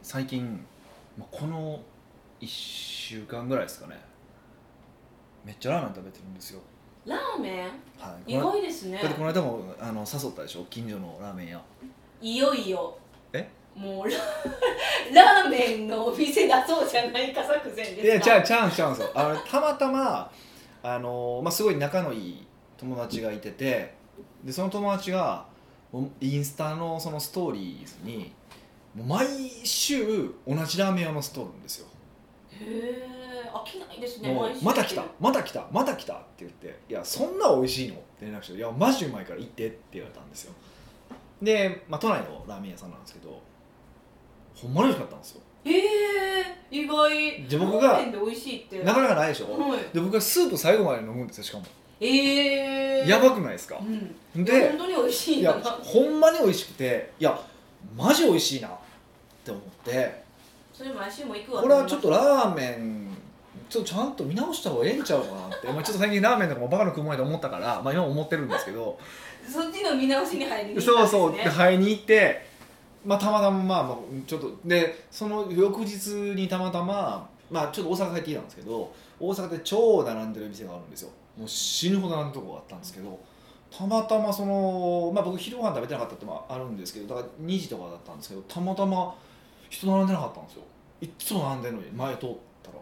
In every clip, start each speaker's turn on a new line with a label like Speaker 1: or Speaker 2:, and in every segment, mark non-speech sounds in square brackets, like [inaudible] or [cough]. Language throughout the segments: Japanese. Speaker 1: 最近、まあ、この1週間ぐらいですかねめっちゃラーメン食べてるんですよ、
Speaker 2: ラーメン
Speaker 1: はい、
Speaker 2: 意
Speaker 1: この
Speaker 2: 外ですね
Speaker 1: だってこの間もあの誘ったでしょ近所のラーメン屋
Speaker 2: いよいよ
Speaker 1: え
Speaker 2: もうララー [laughs] メンのお店だそうじゃないか作戦
Speaker 1: いや
Speaker 2: です
Speaker 1: ち
Speaker 2: か
Speaker 1: ゃうちゃうんちゃうんですよあのたまたまあの、まあ、すごい仲のいい友達がいててでその友達がもうインスタのそのストーリーズにもう毎週同じラーメン屋のストーリーなんですよ
Speaker 2: へえ飽きないですね
Speaker 1: も
Speaker 2: 毎
Speaker 1: う
Speaker 2: 週
Speaker 1: また来たまた来たまた来たって言って「いやそんな美味しいの?」って連絡して「いやマジうまいから行って」って言われたんですよで、まあ、都内のラーメン屋さんなんですけどほんまに美味しかったんですよ
Speaker 2: へえ意外
Speaker 1: で僕が
Speaker 2: ラーメンで美味しいって
Speaker 1: なかなかないでしょ
Speaker 2: は
Speaker 1: で僕がスープ最後まで飲むんですよしかも
Speaker 2: いええ
Speaker 1: やばくないですか
Speaker 2: うんで
Speaker 1: で
Speaker 2: 本当に美味しい
Speaker 1: い
Speaker 2: ん
Speaker 1: や
Speaker 2: だな
Speaker 1: ほんまに美味しくていやマジ美味しいなって思って
Speaker 2: それ毎週も行くわ
Speaker 1: これはちょっとラーメンちょっとちゃんと見直した方がええんちゃうかなって、まあ、ちょっと最近ラーメンとかもバカの食うもんやと思ったから、まあ、今も思ってるんですけど
Speaker 2: そっちの見直しに入りに行
Speaker 1: そ
Speaker 2: っ
Speaker 1: う
Speaker 2: た
Speaker 1: そう
Speaker 2: んで
Speaker 1: です
Speaker 2: ね
Speaker 1: 買いに行って、まあ、たまたままあまあちょっとでその翌日にたまたま、まあ、ちょっと大阪帰ってきたんですけど大阪で超並んでる店があるんですよもう死ぬほど並んでるとこがあったんですけどたまたまその、まあ、僕昼ご飯食べてなかったってもあるんですけどだから2時とかだったんですけどたまたま人並んでなかったんですよいっつも並んでるのに前通ったら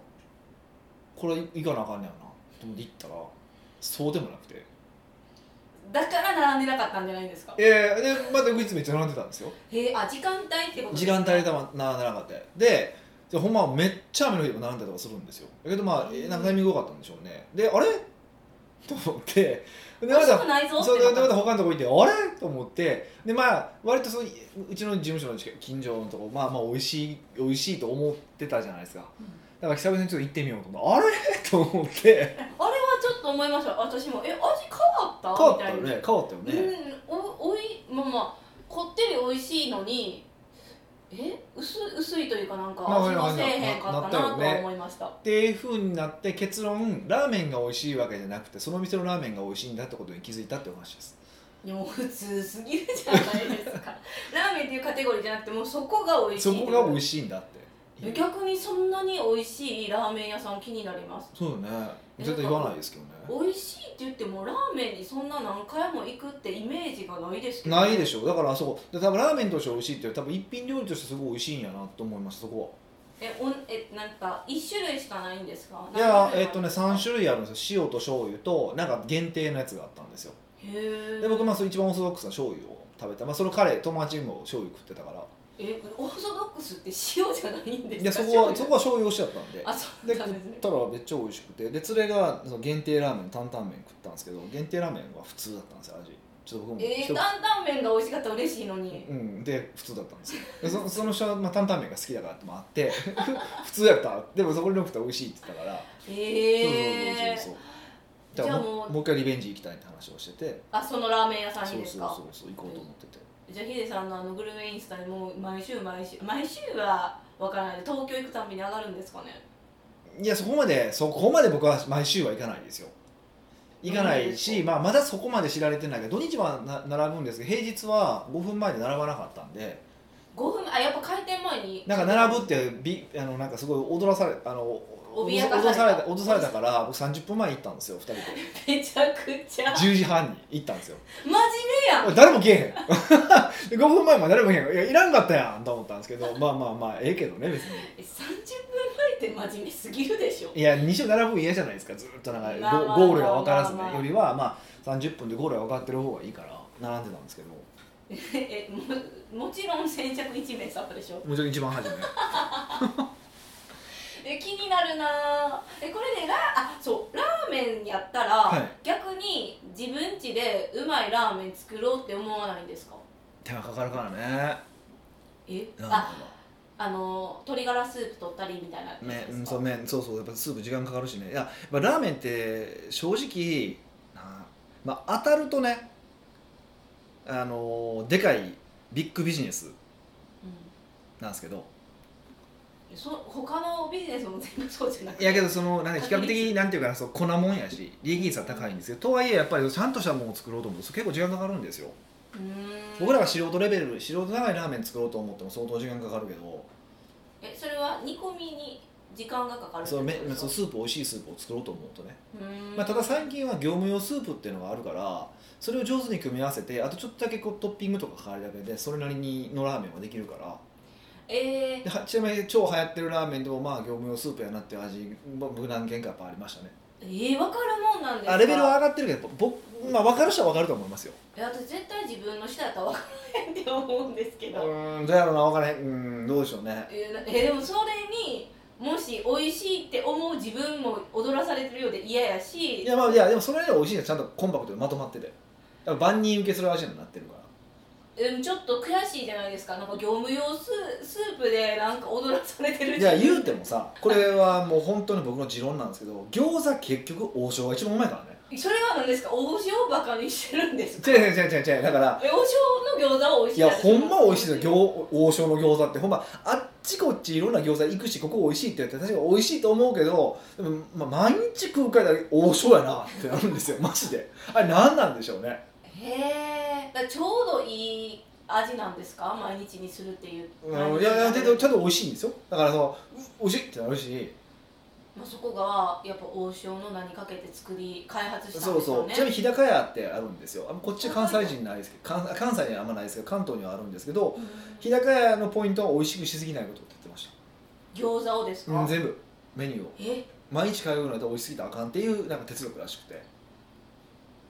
Speaker 1: これ行かなあかんねやなと思って行ったらそうでもなくて
Speaker 2: だから並んでなかったんじゃないですか
Speaker 1: ええでまた翌日めっちゃ並んでたんですよ
Speaker 2: へえあ時間帯ってことで
Speaker 1: 時
Speaker 2: すか
Speaker 1: 間帯でたま並んでなかったででほんまはめっちゃ雨の日でも並んだりとかするんですよだけどまあえーなんかタイミング良かったんでしょうねであれ [laughs] と思ってでま
Speaker 2: 美味しく
Speaker 1: た
Speaker 2: ないぞって
Speaker 1: そう
Speaker 2: な
Speaker 1: で
Speaker 2: っ
Speaker 1: で
Speaker 2: た
Speaker 1: また他のとこ行ってあれと思ってでまあ割とそのうちの事務所の近近所のとこまあまあ美味しい美味しいと思ってたじゃないですか
Speaker 2: うん
Speaker 1: だから久々にちょっと行ってみようと思ってあれ [laughs] と思って
Speaker 2: あれはちょっと思いました私もえ味変わった
Speaker 1: 変わったよ
Speaker 2: みたい
Speaker 1: ね変わったよね、
Speaker 2: なうんおおいまあまあこってり美味しいのにえ薄薄いというかなんか
Speaker 1: まあ
Speaker 2: 味がせえへんか
Speaker 1: な
Speaker 2: っ
Speaker 1: った
Speaker 2: た
Speaker 1: よ
Speaker 2: なと
Speaker 1: ね
Speaker 2: は思いました
Speaker 1: っていう風になって結論ラーメンが美味しいわけじゃなくてその店のラーメンが美味しいんだってことに気づいたってお話です
Speaker 2: いやもう普通すぎるじゃないです
Speaker 1: [laughs]
Speaker 2: かラーメンっていうカテゴリーじゃなくてもうそこが美味し
Speaker 1: そ
Speaker 2: い
Speaker 1: こが美味
Speaker 2: し
Speaker 1: しいんだって
Speaker 2: い逆にそんなに美味しいラーメン屋さん気になります
Speaker 1: そうよね絶対言わないですけどね
Speaker 2: 美味しいって言ってもラーメンにそんな何回も行くってイメージがないですけどね、
Speaker 1: ないでしょだからあそこで多分ラーメンとして美味しいって多分一品料理としてすごい美味しいんやなと思いますそこ
Speaker 2: えおんえなんか一種類しかないんですか
Speaker 1: はいやえっとね
Speaker 2: 三
Speaker 1: 3種類あるんですよ塩と醤油となんか限定のやつがあったんですよ
Speaker 2: へー
Speaker 1: で僕まあそれ一番オーソドックスな醤油を食べたまあその彼友達にも醤油食ってたから
Speaker 2: えオーソドックスって塩じゃないんです
Speaker 1: い
Speaker 2: か
Speaker 1: やそ
Speaker 2: [laughs]
Speaker 1: こはそ
Speaker 2: 醤
Speaker 1: こは醤油推しだったんで
Speaker 2: 油あそう
Speaker 1: で
Speaker 2: な
Speaker 1: 食
Speaker 2: ん
Speaker 1: っ
Speaker 2: ですね
Speaker 1: たらめっちゃ美味しくてで連れがその限定ラーメン担々麺食ったんですけど限定ラーメンは普通だったんですよ味ちょっと僕も
Speaker 2: え
Speaker 1: 一
Speaker 2: ー、
Speaker 1: 口
Speaker 2: 担々麺が美味しかったら嬉しいのに
Speaker 1: うん、で普通だったんですよでそその人は、まあ、担々麺が好きだからってもあって [laughs] 普通やったでもそこに飲くと美味しいって言ったから、そうそうそうそうだか
Speaker 2: えー、
Speaker 1: ら
Speaker 2: じゃあ
Speaker 1: も
Speaker 2: も
Speaker 1: う
Speaker 2: う
Speaker 1: もう一回リベンジ行きたいって話をしてて
Speaker 2: あそのラーメン屋さん
Speaker 1: そ
Speaker 2: に
Speaker 1: う
Speaker 2: です
Speaker 1: そう
Speaker 2: か
Speaker 1: そうそう行こうと思ってて
Speaker 2: じゃあヒデさんのあのグルメインスタでもう毎週毎週毎週はわからないで東京行くたびに上がるんですかね
Speaker 1: いやそこまでそこまで僕は毎週は行かないですよ行かないし、
Speaker 2: うん
Speaker 1: まあ、まだそこまで知られてないけど土日はな並ぶんですけど平日は5分前で並ばなかったんで
Speaker 2: 5分あやっぱ開店前に
Speaker 1: なんか並ぶってびあのなんかすごい踊らされあの
Speaker 2: 脅か
Speaker 1: 脅さ
Speaker 2: さ
Speaker 1: れ
Speaker 2: れ
Speaker 1: た
Speaker 2: た
Speaker 1: 脅されたから僕30分前に行ったんですよ2人で
Speaker 2: めちゃくちゃマジ
Speaker 1: 10時半に行ったんですよ
Speaker 2: でやん
Speaker 1: 誰も来えへん5分前まで誰も来えへんいやいらんかったやんと思ったんですけどまあまあまあええけどね別に
Speaker 2: え30分前って真面目すぎるでしょ
Speaker 1: いや2章並ぶ嫌じゃないですかずっとなんかゴ,、
Speaker 2: まあまあ
Speaker 1: ゴールが分からず
Speaker 2: まあ
Speaker 1: ね
Speaker 2: まあ
Speaker 1: よりはまあ30分でゴールが分かってる方がいいから並んでたんですけども
Speaker 2: えももちろん先着1名様でしょ
Speaker 1: うちろん一番初め
Speaker 2: え気になるなぁえこれでラあそうラーメンやったら、
Speaker 1: はい
Speaker 2: 逆に自分家でうまいラーメン作ろうって思わないんですか
Speaker 1: 手がかかるからね
Speaker 2: え
Speaker 1: なん
Speaker 2: あ
Speaker 1: か
Speaker 2: あの鶏ガラスープ取ったりみたいなやつ
Speaker 1: 麺
Speaker 2: で
Speaker 1: うん
Speaker 2: す
Speaker 1: そう
Speaker 2: か
Speaker 1: 麺そうそうやっぱスープ時間かかるしねいややっぱラーメンって正直なまあ当たるとねあのーでかいビッグビジネスなんですけど
Speaker 2: うん、そ他のビジネスも全部そうじゃなく
Speaker 1: い
Speaker 2: て
Speaker 1: やけどそのなんか比較
Speaker 2: 確率
Speaker 1: 的なんていうかなそう粉もんやし利益率は高いんですけどとはいえやっぱりちゃんとしたものを作ろうと思うと結構時間かかるんですよ
Speaker 2: うーん
Speaker 1: 僕らが素人レベル素人長いラーメン作ろうと思っても相当時間かかるけど
Speaker 2: えそれは煮込みに時間がかかるって
Speaker 1: そ
Speaker 2: こ
Speaker 1: う
Speaker 2: と
Speaker 1: め
Speaker 2: です
Speaker 1: そ
Speaker 2: か
Speaker 1: うスープ美味しいスープを作ろうと思うとね、
Speaker 2: うーん
Speaker 1: まあ、ただ最近は業務用スープっていうのがあるからそれを上手に組み合わせてあとちょっとだけこうトッピングとか変えるだけでそれなりにのラーメンができるから
Speaker 2: え
Speaker 1: ではちなみに超流行ってるラーメンでもまあ業務用スープやなっていう味僕何軒かやっぱありましたね
Speaker 2: ー、えー、分かるもんなんですか
Speaker 1: あレベルは上がってるけど僕、まあ、分かる人は分かると思いますよ
Speaker 2: いや私絶対自分の舌やったら分からへんって思うんですけ
Speaker 1: う
Speaker 2: ど、
Speaker 1: ーんどうやろうな分からへんうんどうでしょうね
Speaker 2: えーなえーでもそれにもし美味しいって思う自分も踊らされてるようで嫌やし
Speaker 1: いやまあいやでもそれより美味しいのはちゃんとコンパクトでまとまっててだから万人受けする味になってるから
Speaker 2: でもちょっと悔しいじゃないですかなんか業務用ススープでなんか踊らされてる
Speaker 1: いや
Speaker 2: 自分
Speaker 1: 言うてもさこれはもう本当に僕の持論なんですけど餃子結局王将が一番うまいからね
Speaker 2: それは何ですか王将をバカにしてるんですか
Speaker 1: 違う違う違う違う違うだから
Speaker 2: え王将の餃子は美味し
Speaker 1: い
Speaker 2: いや
Speaker 1: や
Speaker 2: つ
Speaker 1: ほんま美味しいの餃王将の餃子ってほんまあっちこっちいろんな餃子行くしここ美味しいって言って確かに美味しいと思うけどでも、まあ、毎日食うから王将やなってなるんですよマジであれ何なんでしょうね
Speaker 2: へえだからちょうどいい味なんですか毎日にするっていう、
Speaker 1: うんいやいやけどちゃんと美味しいんですよだからそのう美味しいってなるし
Speaker 2: まあ、そこがやっぱ王将の名にかけて作り開発したん
Speaker 1: そ
Speaker 2: で
Speaker 1: う
Speaker 2: すよ
Speaker 1: そう
Speaker 2: ね
Speaker 1: ちなみに日高屋ってあるんですよあこっち関西人ないですけど関関西にはあんまないですけど関東にはあるんですけど
Speaker 2: うん
Speaker 1: 日高屋のポイントは美味しくしすぎないことって言ってまし
Speaker 2: 餃子をです
Speaker 1: た、
Speaker 2: か、
Speaker 1: 全部メニューを
Speaker 2: え
Speaker 1: 毎日通うので美味しすぎたらあかんっていうなんか哲学らしくて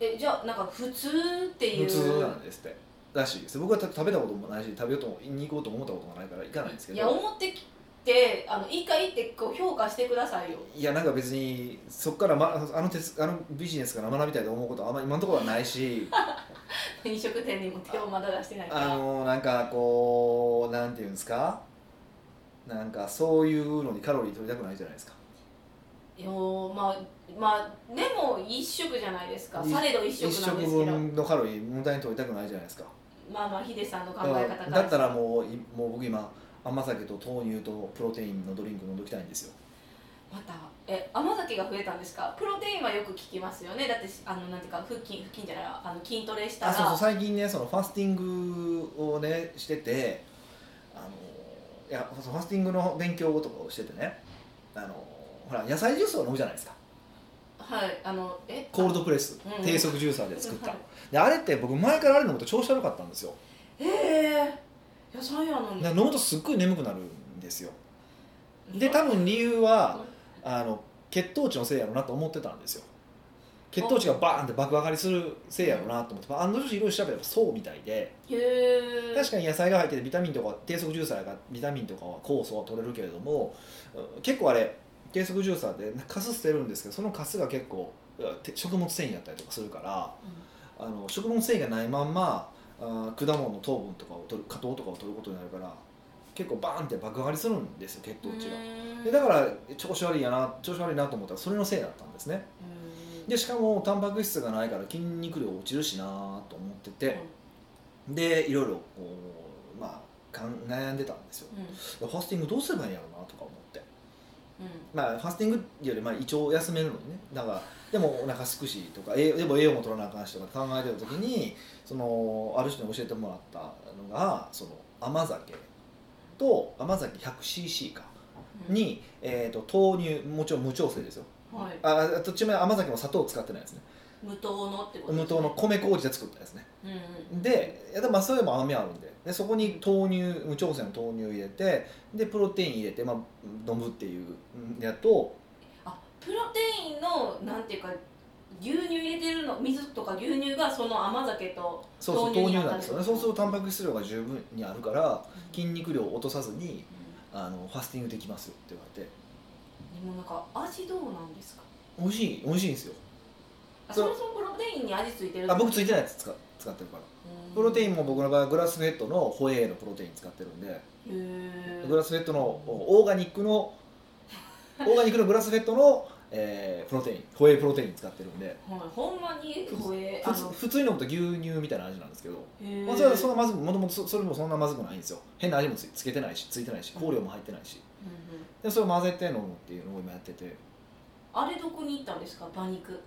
Speaker 2: えじゃあなんか普通っていう
Speaker 1: 普通なんですってらしいです僕はた食べたこともないし食べようともに行こうと思ったこともないから行かないんですけど
Speaker 2: いや思ってきてあの一回行ってこう評価してくださいよ
Speaker 1: いやなんか別にそこから、ま、あの哲あのビジネスから学びたいと思うことはあんまり今のところはないし
Speaker 2: 飲食店にも手をまだ出してないか
Speaker 1: あ
Speaker 2: ら
Speaker 1: のなんかこうなんていうんですかなんかそういうのにカロリー取りたくないじゃないですか
Speaker 2: いやーまあまあでも一食じゃないですか
Speaker 1: い
Speaker 2: されど一食
Speaker 1: 一
Speaker 2: なん
Speaker 1: 食
Speaker 2: ですけど
Speaker 1: 分のカロリー無駄に取りたくないじゃないですか
Speaker 2: まあまあヒデさんの考え方から
Speaker 1: だったらもういもう僕今甘酒と豆乳とプロテインのドリンク飲んどきたいんですよ
Speaker 2: またえ甘酒が増えたんですかプロテインはよく聞きますよねだってあのなんていうか腹筋腹筋じゃないあの筋トレしたら
Speaker 1: あそうそう最近ねそのファスティングをねしててあのいやそのファスティングの勉強とかをしててねあのほら野菜ジュースを飲むじゃないですか
Speaker 2: はいあのえ
Speaker 1: コールドプレス、
Speaker 2: うん
Speaker 1: 低速ジューサーで作った、
Speaker 2: はい
Speaker 1: であれって僕前からあれ飲むと調子悪かったんですよ
Speaker 2: ええ野菜やのに
Speaker 1: で飲むとすっごい眠くなるんですよで多分理由はあの血糖値のせいやろうなと思ってたんですよ血糖値がバーンって爆上がりするせいやろうなと思って、あの女子いろいろ調べたらそうみたいで
Speaker 2: へえ
Speaker 1: 確かに野菜が入っててビタミンとか低速ジューサーがビタミンとかは酵素は取れるけれどもうん結構あれ低速ジューサーでカス捨てるんですけどそのカスが結構うんて食物繊維だったりとかするからあの食物繊維がないまんまあー果物の糖分とかを取る果糖とかを取ることになるから結構バーンって爆上がりするんですよ血糖値が。
Speaker 2: が
Speaker 1: でだから調子悪いやな調子悪いなと思ったらそれのせいだったんですねでしかもタンパク質がないから筋肉量落ちるしなと思ってて、でいろいろこう、まあ、かん悩んでたんですよ
Speaker 2: うん
Speaker 1: ファスティングどうすればいいんやろうなとか思って、
Speaker 2: うん
Speaker 1: まあ、ファスティングよりまあ胃腸を休めるのにねだからでもお腹すくしとかえでも栄養も取らなあかんしとか考えてる時にそのある人に教えてもらったのがその甘酒と甘酒 100cc か
Speaker 2: うん
Speaker 1: に、えー、と豆乳もちろん無調整ですよ
Speaker 2: はい
Speaker 1: ああとちなみに甘酒も砂糖を使ってないですね
Speaker 2: 無糖のってこと
Speaker 1: 無糖の米麹で作ったやつね
Speaker 2: うんうん
Speaker 1: でいやでもまあそれでも甘みあるんででそこに豆乳無調整の豆乳入れてでプロテイン入れて、まあ、飲むっていううんやと
Speaker 2: あプロテインのなんていうか牛乳入れてるの水とか牛乳がその甘酒と
Speaker 1: そうそう
Speaker 2: 豆
Speaker 1: 豆
Speaker 2: 乳
Speaker 1: 乳
Speaker 2: に
Speaker 1: なんですよね
Speaker 2: 当た
Speaker 1: そ
Speaker 2: る
Speaker 1: うするとタンパク質量が十分にあるから筋肉量を落とさずに
Speaker 2: う
Speaker 1: あのファスティングできますよって言われて
Speaker 2: んでもなんか味どうなんですか
Speaker 1: 美味しい美味しいんですよ
Speaker 2: あそ
Speaker 1: そう
Speaker 2: もそもプロテインに味ついてる
Speaker 1: あ僕ついてないやつ使使ってるからプロテインも僕の場合はグラスフェットのホエーのプロテイン使ってるんで
Speaker 2: ンへ
Speaker 1: グラスフェットのオーガニックのオーガニックのグラスフェットの、えープロテインホエープロテイン使ってるんで
Speaker 2: はい、ほんまにこれあ
Speaker 1: 普通
Speaker 2: の
Speaker 1: 普通に飲むと牛乳みたいな味なんですけど、
Speaker 2: へ
Speaker 1: まあ、それはそんなまずくもともとそそれもそんなまずくないんですよ変な味もつつけてないしついてないし香料も入ってないし
Speaker 2: うんうん
Speaker 1: でそれを混ぜて飲むっていうのを今やってて
Speaker 2: あれどこに行ったんですか馬肉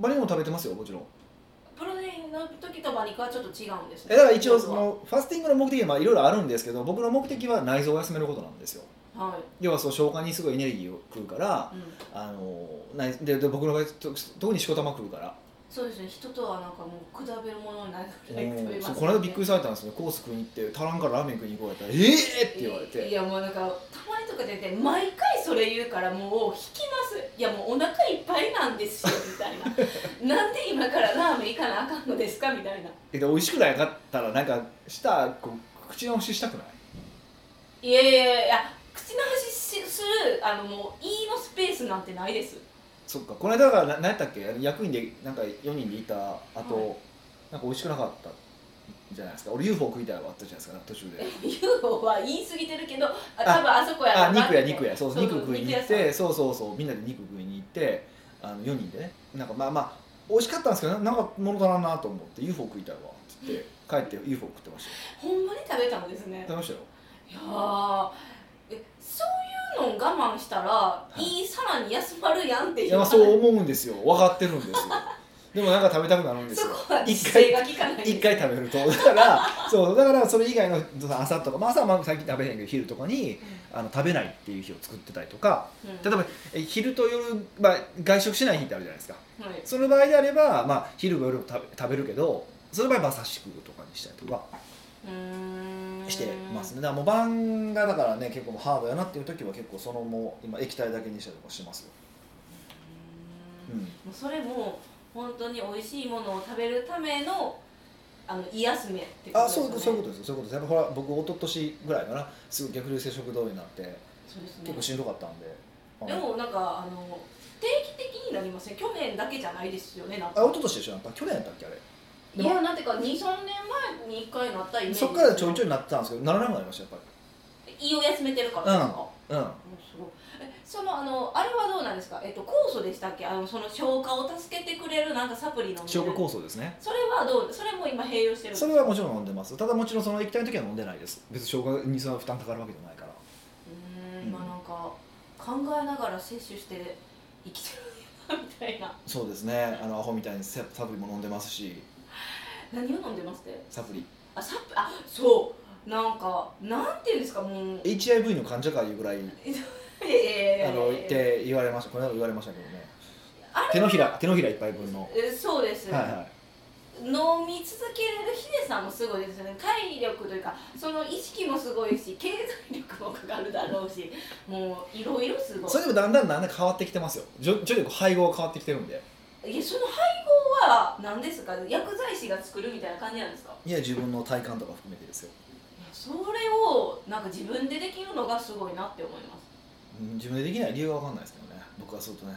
Speaker 1: バニも食べてますよもちろん
Speaker 2: プロテインの時と馬肉はちょっと違うんですね
Speaker 1: えだから一応そのファスティングの目的はいろいろあるんですけど僕の目的は内臓を休めることなんですよ
Speaker 2: はい
Speaker 1: 要はその消化にすごいエネルギーを食うから
Speaker 2: うん、
Speaker 1: あのないでで僕の場合と特にしこたま食うから
Speaker 2: そうですね人とはなんかもう比べるものになるぐらい食べます、
Speaker 1: そう
Speaker 2: ね、
Speaker 1: この間びっくりされたんですねコース食いに行って足らんからラーメン食いに行こうやったら「ええー!」って言われ
Speaker 2: い
Speaker 1: て
Speaker 2: やもうなんかたまにとか出て毎回それ言うからもう引きますいやもうお腹いっぱいなんですよみ
Speaker 1: [laughs]
Speaker 2: たいななんで今からラーメン行かなあかんのですかみたいな
Speaker 1: えで美味しくなかったらなんかしたこう口直ししたくない
Speaker 2: いやいやいやいや口の端しするあのもう言いのスペースなんてないです
Speaker 1: そっかこの間だからな何やったっけあの役員でなんか4人でいたあと、
Speaker 2: はい
Speaker 1: なんか美味しくなかったじゃないですか俺 UFO 食いたいわあったじゃないですか途中で
Speaker 2: UFO は言い過ぎてるけどあ多分あそこや
Speaker 1: [laughs] あ
Speaker 2: ろうな
Speaker 1: 肉や肉やそう
Speaker 2: そう
Speaker 1: 肉食いに行ってそうそうそうみんなで肉食いに行ってあの4人でねなんかまあまあ美味しかったんですけどななんか物足らんなと思って UFO 食いたいわって言って帰って UFO 食ってましたよ
Speaker 2: ほんまに食べたんですね
Speaker 1: 食べましたよ
Speaker 2: いやーえそういうのを我慢したら、
Speaker 1: い
Speaker 2: い、いさらに休まるやんっていう
Speaker 1: いやまあそう思うんですよ分かってるんですよでもなんか食べたくなる [laughs] んです
Speaker 2: そ
Speaker 1: よ
Speaker 2: こは
Speaker 1: 一
Speaker 2: 一
Speaker 1: 回
Speaker 2: 回が効かない
Speaker 1: [laughs] 一回食べるとだからそうだからそれ以外のその朝とか、まあ、朝はまあ最近食べへんけど昼とかにあの食べないっていう日を作ってたりとか
Speaker 2: うん
Speaker 1: 例えばえ昼と夜、まあ、外食しない日ってあるじゃないですか
Speaker 2: はい
Speaker 1: その場合であれば、まあ、昼も夜も食べ食べるけどその場合馬刺し食うとかにしたりとか
Speaker 2: うーん
Speaker 1: してますねだからもう晩がだからね結構もうハードやなっていう時は結構そのもう今液体だけにしたりとかしてますよ、
Speaker 2: うーん
Speaker 1: うん
Speaker 2: もうそれも本当に美味しいものを食べるためのあの癒す目ってこと
Speaker 1: あ
Speaker 2: です
Speaker 1: そ
Speaker 2: よね
Speaker 1: うそういうことですよそういうことですやっぱほら僕一昨年ぐらいかなすぐ逆流性食道炎になって
Speaker 2: そうですね
Speaker 1: 結構しんどかったんで、
Speaker 2: でもなんかあの定期的になりません去年だけじゃないですよねなん
Speaker 1: あ一
Speaker 2: か
Speaker 1: 昨年でしょやっぱ去年やったっけあれ
Speaker 2: いやなんていうか23年前に1回なったイメージ
Speaker 1: そっからちょいちょ
Speaker 2: ょ
Speaker 1: いなってたんですけどならなくなりましたやっ
Speaker 2: 胃を休めてるからですか、
Speaker 1: ぱりうん
Speaker 2: もうすごいえそのあのあれはどうなんですか、えっと、酵素でしたっけあのその消化を助けてくれるなんかサプリの
Speaker 1: 消化酵素ですね
Speaker 2: それはどうそれも今併用してる
Speaker 1: それはもちろん飲んでますただもちろんその液体の時は飲んでないです別に消化にその負担かかるわけじゃないから
Speaker 2: うー
Speaker 1: うん
Speaker 2: んまあなんか考えながら摂取して生きてるんやなみ
Speaker 1: [laughs]
Speaker 2: たいな
Speaker 1: そうですねあのアホみたいにササプリも飲んでますし
Speaker 2: 何を飲んでますって
Speaker 1: サプリ
Speaker 2: あサプあそうなんかなんていうんですかもう
Speaker 1: HIV の患者かいうぐらい
Speaker 2: え
Speaker 1: あのっ
Speaker 2: え
Speaker 1: て言われましたこれ間も言われましたけどね
Speaker 2: あれ
Speaker 1: 手のひら手のひら一杯分のは
Speaker 2: えそうです、
Speaker 1: いはい
Speaker 2: 飲み続けれるヒデさんもすごいですよね体力というかその意識もすごいし経済力もかかるだろうしもういろいろすごい
Speaker 1: それでもだんだんだんだん変わってきてますよ徐徐々にこう配合が変わってきてるんで
Speaker 2: いやその配合は何ですか薬剤師が作るみたいな感じなんですか
Speaker 1: いや自分の体感とか含めてですよ
Speaker 2: それをなんか自分でできるのがすごいなって思います
Speaker 1: うん自分でできない理由が分かんないですけどね僕はそうとね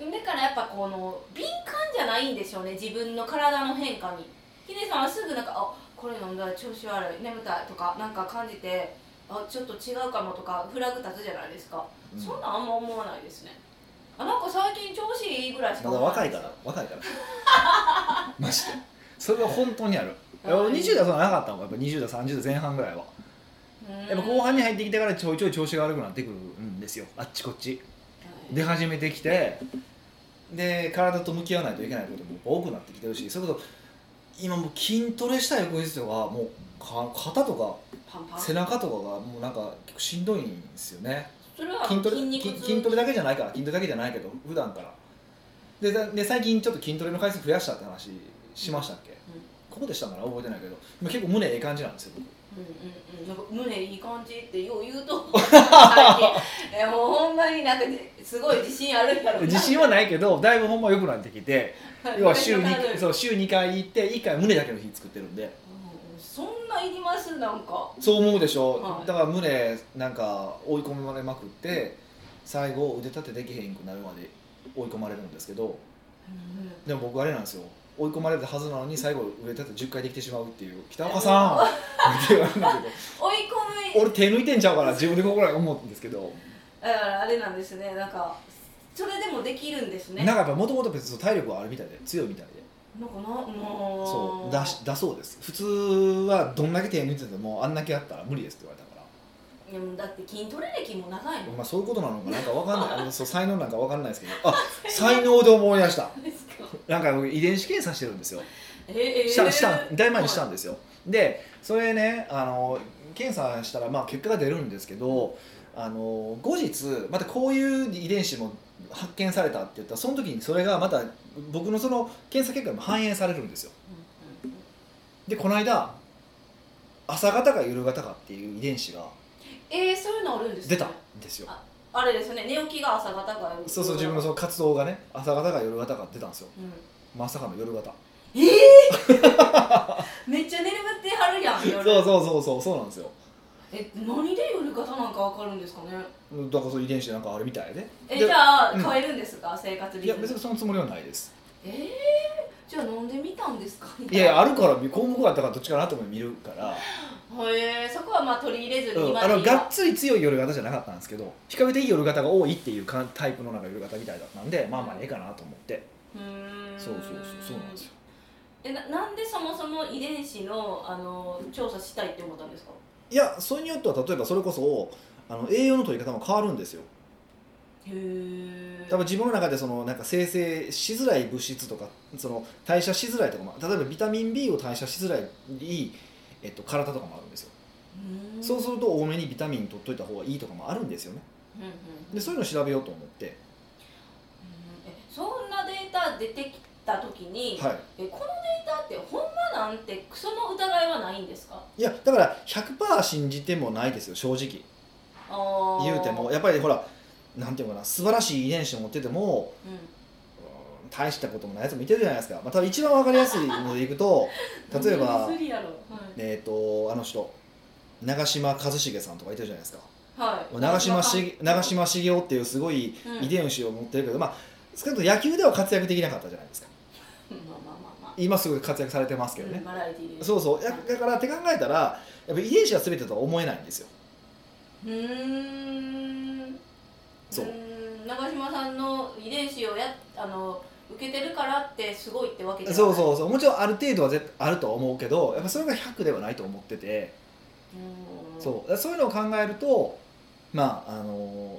Speaker 2: だからやっぱこの敏感じゃないんでしょうね自分の体の変化にヒデさんはすぐなんかあこれ飲んだら調子悪い眠たいとかなんか感じてあちょっと違うかもとかフラグ立つじゃないですか
Speaker 1: うん
Speaker 2: そんなんあんま思わないですね。あなんか最近調子いいぐらいしか
Speaker 1: まだ
Speaker 2: 思わな
Speaker 1: 若
Speaker 2: い
Speaker 1: い
Speaker 2: で
Speaker 1: か
Speaker 2: す
Speaker 1: ら若いから [laughs] マジでそれは本当にあるいや
Speaker 2: は
Speaker 1: 俺
Speaker 2: い
Speaker 1: 20代そんななかったもんやっぱ20代30代前半ぐらいは
Speaker 2: うーん
Speaker 1: やっぱ後半に入ってきてからちょいちょい調子が悪くなってくるんですよあっちこっち出始めてきてで体と向き合わないといけないことも多くなってきてるしそれこそ今もう筋トレした翌日とかもうか肩とか
Speaker 2: パンパン
Speaker 1: 背中とかがもうなんか結構しんどいんですよね
Speaker 2: それは
Speaker 1: 筋トレ
Speaker 2: 筋肉
Speaker 1: 筋
Speaker 2: 痛
Speaker 1: 筋トレだけじゃないから筋トレだけじゃないけど普段からでだで最近ちょっと筋トレの回数増やしたって話しましたっけ、
Speaker 2: ん
Speaker 1: ここでしたんから覚えてないけど今結構胸ええ感じなんですよ僕
Speaker 2: うんうんうんなんか胸いい感じってよう言うと
Speaker 1: [laughs]
Speaker 2: 最近えもうほんまになんかすごい自信あるんだろうな
Speaker 1: [laughs] 自信はないけどだいぶほんま良くなってきて要は週
Speaker 2: 体の
Speaker 1: 2, そう週2回行って1回胸だけの日作ってるんで
Speaker 2: うんそんないりますなんか
Speaker 1: そう思うでしょ、
Speaker 2: はい
Speaker 1: だから胸なんか追い込まれまくって最後腕立てできへんくなるまで追い込まれるんですけどでも僕あれなんですよ追い込まれたはずなのに最後腕立て10回できてしまうっていう北岡さんって言われるんだ
Speaker 2: 追い
Speaker 1: け
Speaker 2: 込
Speaker 1: ど
Speaker 2: む
Speaker 1: 俺手抜いてんちゃうから自分でここらへん思うんですけど
Speaker 2: だからあれなんですねなんかそれでもできるんですね
Speaker 1: なんかやっぱもともと別に体力はあるみたいで強いみたいで
Speaker 2: なんかなも
Speaker 1: そ
Speaker 2: う
Speaker 1: うだしだそうです普通はどんだけ手抜いててもあんだけあったら無理ですって言われたから
Speaker 2: いやもうだって筋トレ歴も長いもん
Speaker 1: まあ、そういうことなのかなんかわかんないあのそう才能なんかわかんないですけどあ才能で思い出した
Speaker 2: ですか
Speaker 1: なんか僕遺伝子検査してるんですよ
Speaker 2: えー、
Speaker 1: したしたん大前にしたんですよでそれねあの検査したらまあ結果が出るんですけどあの後日またこういう遺伝子も発見されたって言ったらその時にそれがまた僕のその検査結果にも反映されるんですよ
Speaker 2: うんうん
Speaker 1: でこの間朝方か夜方かっていう遺伝子が
Speaker 2: えー、そういうのあるんですか
Speaker 1: 出たんですよ
Speaker 2: あれですよね寝起きが朝方から
Speaker 1: そうそう自分のその活動がね朝方か夜方か出たんですよ
Speaker 2: うん
Speaker 1: まさかの夜方 [laughs]
Speaker 2: えー、めっちゃ眠ってはるやん
Speaker 1: そう
Speaker 2: 夜
Speaker 1: そうそうそうそうなんですよ
Speaker 2: え何で夜型なんかわかるんですかね
Speaker 1: だからその遺伝子なんかあるみたいで
Speaker 2: え
Speaker 1: で
Speaker 2: じゃあ
Speaker 1: うん
Speaker 2: 変えるんですか、生活リ
Speaker 1: い
Speaker 2: ズ
Speaker 1: や
Speaker 2: ム
Speaker 1: 別にそのつもりはないです
Speaker 2: えー、じゃあ飲んでみたんですか
Speaker 1: いやいやあるから項目があったからどっちかなと思って見るから
Speaker 2: へえそこはまあ取り入れずに
Speaker 1: うん
Speaker 2: 今
Speaker 1: あの
Speaker 2: に
Speaker 1: がっつり強い夜型じゃなかったんですけど比較的夜型が多いっていうかタイプのなんか夜型みたいだったんでまあまあええかなと思って
Speaker 2: うーん
Speaker 1: そうそうそうそうなんですよ
Speaker 2: えななんでそもそも遺伝子のあの調査したいって思ったんですか
Speaker 1: いやそれによっては例えばそれこそあの栄養の取り方も変わるんですよ
Speaker 2: へえ
Speaker 1: 多分自分の中でそのなんか生成しづらい物質とかその代謝しづらいとかも例えばビタミン B を代謝しづらい、えっと、体とかもあるんですよそうすると多めにビタミン取っといた方がいいとかもあるんですよね
Speaker 2: うんうんうん
Speaker 1: でそういうのを調べようと思って
Speaker 2: えそんなデータ出てきた時に、
Speaker 1: はい
Speaker 2: えこのデータってほんまなんてクソの疑いはないんですか
Speaker 1: いやだから100%信じてもないですよ正直
Speaker 2: あー
Speaker 1: 言うても、やっぱりほらなんていうのかな素晴らしい遺伝子を持ってても
Speaker 2: う
Speaker 1: うん大したこともないやつもいてるじゃないですかまあただ一番わかりやすいのでいく
Speaker 2: [laughs]
Speaker 1: と
Speaker 2: ん、
Speaker 1: 例えば
Speaker 2: 無理やろはい、
Speaker 1: えっとあの人長嶋一茂さんとかいてるじゃないですか
Speaker 2: はい、
Speaker 1: 長嶋し長
Speaker 2: 島
Speaker 1: 嶋茂雄っていうすごい
Speaker 2: うん
Speaker 1: 遺伝子を持ってるけど、まあ少なくとも野球では活躍できなかったじゃないですか
Speaker 2: まあまあまあまあ
Speaker 1: 今すごい活躍されてますけどね、
Speaker 2: うんバラエティーで
Speaker 1: そうそうやだからって考えたらやっぱ遺伝子は全てとは思えないんですよ
Speaker 2: うーん
Speaker 1: そう
Speaker 2: ーん長嶋さんの遺伝子をやあの受けてるからってすごいってわけじゃない
Speaker 1: そうそうそうもちろんある程度は絶あるとは思うけどやっぱそれが100ではないと思ってて、
Speaker 2: うーん
Speaker 1: そうだからそういうのを考えるとまああの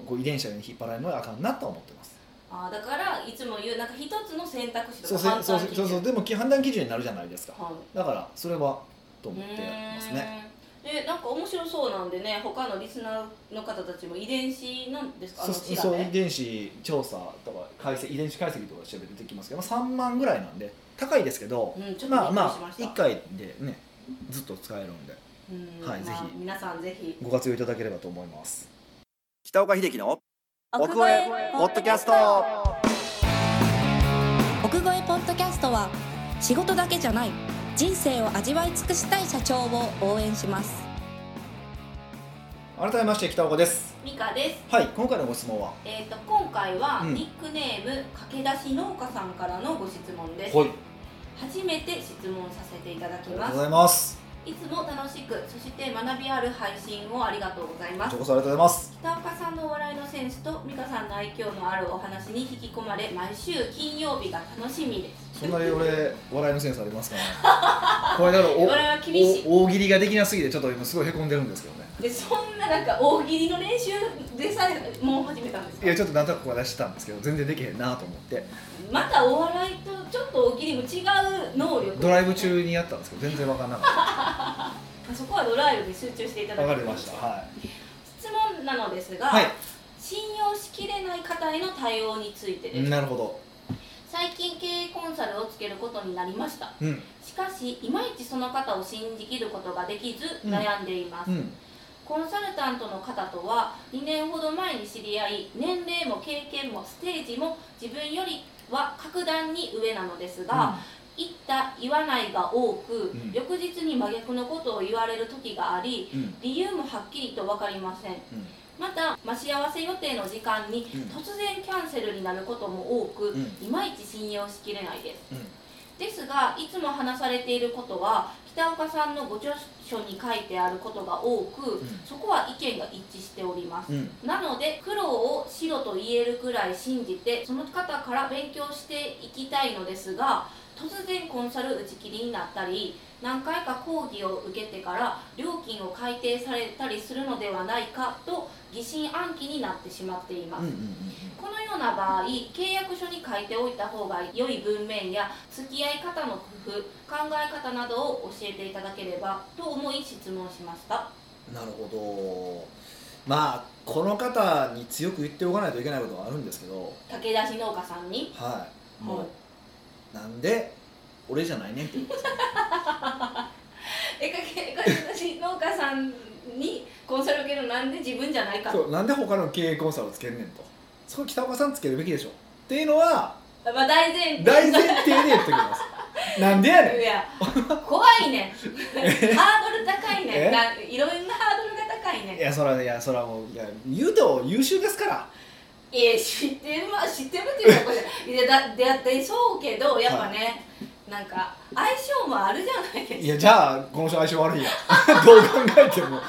Speaker 1: こう遺伝子に引っ張られるのはあかんなとは思ってます
Speaker 2: あーだからいつも言うなんか一つの選択肢
Speaker 1: そう
Speaker 2: と
Speaker 1: そう
Speaker 2: か判
Speaker 1: そう
Speaker 2: 断
Speaker 1: そ
Speaker 2: 基
Speaker 1: う
Speaker 2: 準
Speaker 1: そうでもき判断基準になるじゃないですか
Speaker 2: はい
Speaker 1: だからそれはと思ってますね
Speaker 2: うーん。でなんか面白そうなんでね他のリスナーの方たちも遺伝子なんですかあ
Speaker 1: そ
Speaker 2: の
Speaker 1: う
Speaker 2: 調べ
Speaker 1: そう遺伝子調査とか解析遺伝子解析とか調べて出てきますけど、まあ、3万ぐらいなんで高いですけど、
Speaker 2: うんちょっとびっ
Speaker 1: まあまあ
Speaker 2: くりしました、
Speaker 1: 1回でねずっと使えるんで
Speaker 2: うん
Speaker 1: はいぜひ
Speaker 2: まあ皆さんぜひ
Speaker 1: ご活用いただければと思います北岡秀樹の
Speaker 3: 奥越えポッドキャスト奥越えポッドキャストは仕事だけじゃない人生を味わい尽くしたい社長を応援します
Speaker 1: 改めまして北岡です
Speaker 2: ミカです
Speaker 1: はい今回のご質問は
Speaker 2: えー、と今回は
Speaker 1: うん
Speaker 2: ニックネーム、駆け出し農家さんからのご質問です、
Speaker 1: はい
Speaker 2: 初めて質問させていただ
Speaker 1: あ
Speaker 2: き
Speaker 1: りがと
Speaker 2: ま
Speaker 1: う
Speaker 2: す
Speaker 1: ございます
Speaker 2: いつも楽しくそして学びある配信をありがとうございま
Speaker 1: こち
Speaker 2: す
Speaker 1: らこそありがとうございます
Speaker 2: 北岡さんのお笑いのセンスと美香さんの愛嬌のあるお話に引き込まれ毎週金曜日が楽しみです
Speaker 1: そんなに俺笑いのセンスあります [laughs] かねこれだろお
Speaker 2: 笑いは厳しい
Speaker 1: お大喜利ができなすぎてちょっと今すごいへこんでるんですけどね
Speaker 2: でそんななんか大喜利の練習でさえもう始めたんです
Speaker 1: いや
Speaker 2: か
Speaker 1: ちょっとなんとなくここ出してたんですけど全然できへんなと思って
Speaker 2: またお笑いとちょっと大喜利も違う能力
Speaker 1: ドライブ中にやったんですけど全然わかんなかっ
Speaker 2: そこはドライブに集中していた
Speaker 1: た
Speaker 3: [laughs]
Speaker 2: だ
Speaker 1: わ
Speaker 2: き
Speaker 1: かりましたは
Speaker 2: 質問なのですが、
Speaker 1: い、
Speaker 2: 信用しきれない方への対応について
Speaker 1: はい、
Speaker 2: です、
Speaker 1: なるほど
Speaker 2: 最近経営コンサルをつけることになりました
Speaker 1: うん
Speaker 2: しかしいまいちその方を信じきることができず
Speaker 1: うん
Speaker 2: 悩んでいます、
Speaker 1: うん
Speaker 2: コンサルタントの方とは2年ほど前に知り合い年齢も経験もステージも自分よりは格段に上なのですが、言った言わないが多く、
Speaker 1: うん
Speaker 2: 翌日に真逆のことを言われる時があり
Speaker 1: うんうん
Speaker 2: 理由もはっきりと分かりませんまた待ち合わせ予定の時間に
Speaker 1: うん
Speaker 2: 突然キャンセルになることも多く、
Speaker 1: うん
Speaker 2: いまいち信用しきれないです
Speaker 1: うん
Speaker 2: ですがいつも話されていることは北岡さんのご著書に書いてあることが多く、
Speaker 1: ん
Speaker 2: そこは意見が一致しております、
Speaker 1: うん
Speaker 2: なので苦労を白と言えるくらい信じてその方から勉強していきたいのですが突然コンサル打ち切りになったり何回か講義を受けてから料金を改定されたりするのではないかと疑心暗鬼になってしまっています、
Speaker 1: うんうん
Speaker 2: このような場合契約書に書いておいた方が良い文面や付き合い方の工夫考え方などを教えていただければと思い質問しました
Speaker 1: なるほどまあこの方に強く言っておかないといけないことがあるんですけど
Speaker 2: 武田市農家さんに
Speaker 1: はいもう、
Speaker 2: はい
Speaker 1: なんで俺じゃないねって言うんですよ
Speaker 2: えかけ武田市農家さんにコンサル受けるのなんで自分じゃないか
Speaker 1: そうなんで他の経営コンサルをつけんねんとそこ北岡さんつけるべきでしょっていうのは
Speaker 2: まあ大前提
Speaker 1: 大前提で言ってきます
Speaker 2: [laughs]
Speaker 1: なんでやねん
Speaker 2: いや怖い
Speaker 1: [laughs]
Speaker 2: ねんハードル高いね
Speaker 1: え
Speaker 2: んないろんなハードルが高いねん
Speaker 1: いやそらいやそらもういや言うと優秀ですから
Speaker 2: いや知ってるま知ってるっていうかこれいやだででそうけどやっぱね、なんか相性もあるじゃないですか
Speaker 1: いやじゃあこの人相性悪いや [laughs] どう考えても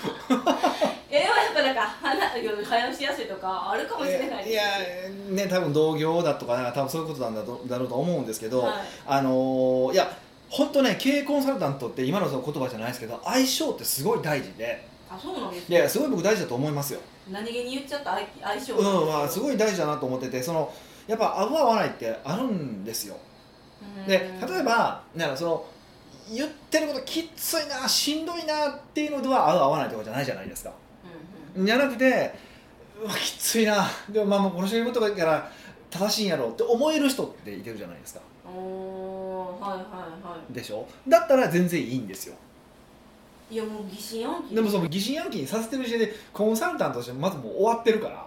Speaker 2: えでもやっぱなんか話いや話しやすいとかあるかもしれない
Speaker 1: いやね多分同業だとかなんか多分そういうことなんだとだろうと思うんですけど、
Speaker 2: はい
Speaker 1: あのーいや本当ね経営コンサルタントって今のその言葉じゃないですけど相性ってすごい大事で
Speaker 2: あそうなんです
Speaker 1: いやすごい僕大事だと思いますよ、
Speaker 2: 何気に言っちゃった相性
Speaker 1: うんまあ、す
Speaker 2: い
Speaker 1: ごい大事だなと思っててそのやっぱ合う合わないってあるんですよで例えばなんかその言ってることきついなしんどいなっていうのでは合う合わないとかじゃないじゃないですかじゃなくてうわきついなでもまあもうこの人言うことがいいから正しいんやろうって思える人っていてるじゃないですか
Speaker 2: おーはいはいは
Speaker 1: でしょだったら全然いいんですよ
Speaker 2: いいやもう疑心暗鬼
Speaker 1: でもその疑心暗鬼にさせてる時点でコンサルタントとしてまずもう終わってるから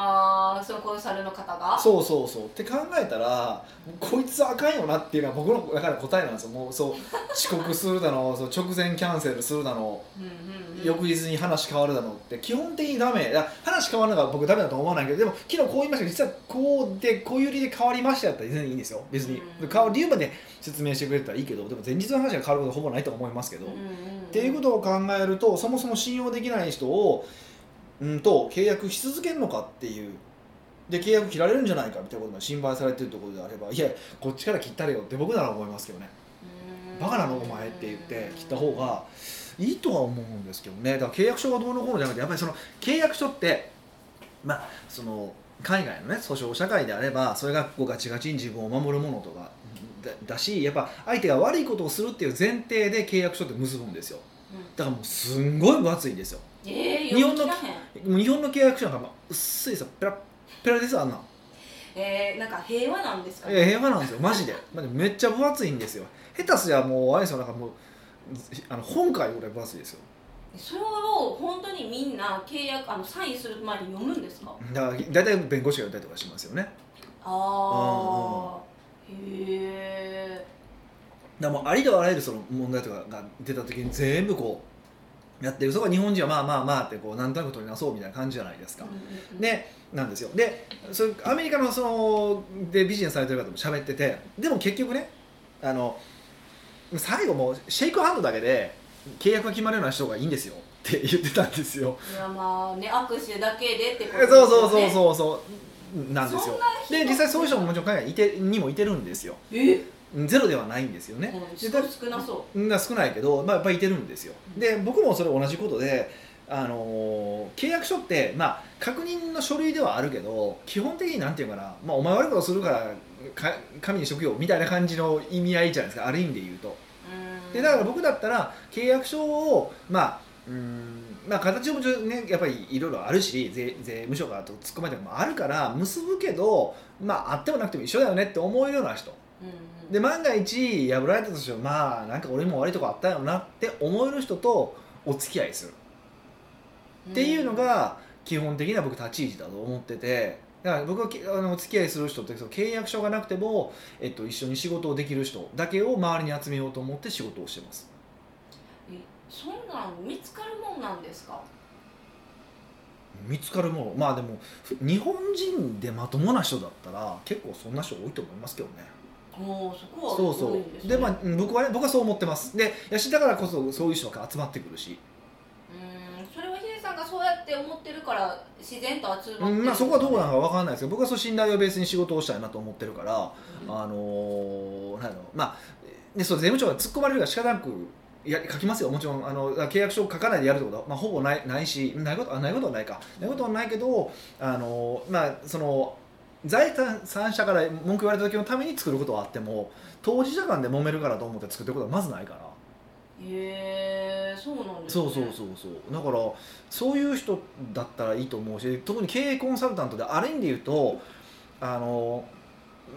Speaker 2: ああそのコンサルの方が
Speaker 1: そうそうそうって考えたらこいつあかんよなっていうのは僕のだから答えなんですよもうそう遅刻するだの [laughs] そう直前キャンセルするだの
Speaker 2: うんうんうん
Speaker 1: 翌日に話変わるだろうって基本的にダメだから話変わるのが僕ダメだと思わないけどでも昨日こう言いましたけど実はこうでこういう理由で変わりましたやったら全然いいんですよ別に
Speaker 2: うん
Speaker 1: 変わる理由まで説明してくれたらいいけどでも前日の話が変わることはほぼないと思いますけど、
Speaker 2: うんうんうん
Speaker 1: っていうことを考えるとそもそも信用できない人を、うん、と契約し続けるのかっていうで契約切られるんじゃないかみたいなことが心配されてるところであればいやこっちから切ったれよって僕なら思いますけどね
Speaker 2: うん
Speaker 1: バカなのお前って言って切った方がいいとは思うんですけどねだから契約書がどうのこうのじゃなくてやっぱりその契約書ってまあその海外のね訴訟社会であればそれがこうガチガチに自分を守るものとかだだしやっぱ相手が悪いことをするっていう前提で契約書って結ぶんですよ
Speaker 2: うん
Speaker 1: だからもうすんごい分厚いんですよ
Speaker 2: えー、
Speaker 1: 日本の
Speaker 2: よく聞かへん
Speaker 1: もう日本の契約書なんかまあ薄いさペラッペラですよあんなん
Speaker 2: えー、なんか平和なんですか
Speaker 1: いや平和なんですよマジでまあでもめっちゃ分厚いんですよ下手すりゃもうあれですよなんかもうあの本会ぐらい分厚いですよ
Speaker 2: それを本当にみんな契約あのサインする前に読むんですか
Speaker 1: だから大体弁護士が言ったりとかしますよねだか
Speaker 2: ああへえ
Speaker 1: らもうありとあらゆるその問題とかが出た時に全部こうやってるそこは日本人はまあまあまあってこうなんとなく取りなそうみたいな感じじゃないですか、でなんですよでそれアメリカのそのでビジネスされてる方も喋っててでも結局ねあの最後もうシェイクハンドだけで契約が決まるような人がいいんですよって言ってたんですよ
Speaker 2: いやまあね握手だけでってこと
Speaker 1: そうそうそう
Speaker 2: う
Speaker 1: そうそうなんですよで実際そういう人ももちろん海外にいてにもいてるんですよ
Speaker 2: え
Speaker 1: ゼロではないんですよね、
Speaker 2: うん
Speaker 1: で
Speaker 2: すごい少なそ
Speaker 1: うんが少ないけど、まあ、やっぱりいてるんですよで僕もそれ同じことで、あのー契約書って、まあ、確認の書類ではあるけど基本的になんていうかな、まあ、お前悪いことするからか神に職業みたいな感じの意味合いじゃないですかある意味で言うと
Speaker 2: ううん
Speaker 1: でだから僕だったら契約書をまあうーんまあ、形もちょ、ね、やっぱりいろいろあるし税税務署からと突っ込まれたりもあるから結ぶけど、まあ、あってもなくても一緒だよねって思えるような人
Speaker 2: うんうん
Speaker 1: で万が一破られたとしてもまあなんか俺も悪いとこあったよなって思える人とお付き合いするっていうのが基本的な僕立ち位置だと思っててだから僕はけあのお付き合いする人ってその契約書がなくても、えっと、一緒に仕事をできる人だけを周りに集めようと思って仕事をしてます
Speaker 2: えそんなん見つかるもんなんですか
Speaker 1: 見つかるものまあでも日本人でまともな人だったら結構そんな人多いと思いますけどね
Speaker 2: もうそこは
Speaker 1: そう
Speaker 2: すごい
Speaker 1: そ
Speaker 2: です
Speaker 1: う
Speaker 2: ね
Speaker 1: でまあうん僕はね僕はそう思ってますでやしだからこそそういう人が集まってくるし
Speaker 2: うんそれはヒデさんがそうやって思ってるから自然と集まってる
Speaker 1: うんまあ、そこはどうなのか分からないですけど僕はその信頼をベースに仕事をしたいなと思ってるから、
Speaker 2: うん
Speaker 1: あのーなんだろうまあ、ね、そう税務署が突っ込まれるから仕方なくや書きますよもちろんあの契約書を書かないでやるってことは、まあ、ほぼないないしないことあないことはないかないことはないけど、あのーまあ、その財産者から文句言われた時のために作ることはあっても当事者間で揉めるからと思って作ってることはまずないから。
Speaker 2: へえそうなんです、ね、
Speaker 1: そうそうそうそうだからそういう人だったらいいと思うし特に経営コンサルタントである意味で言うとあの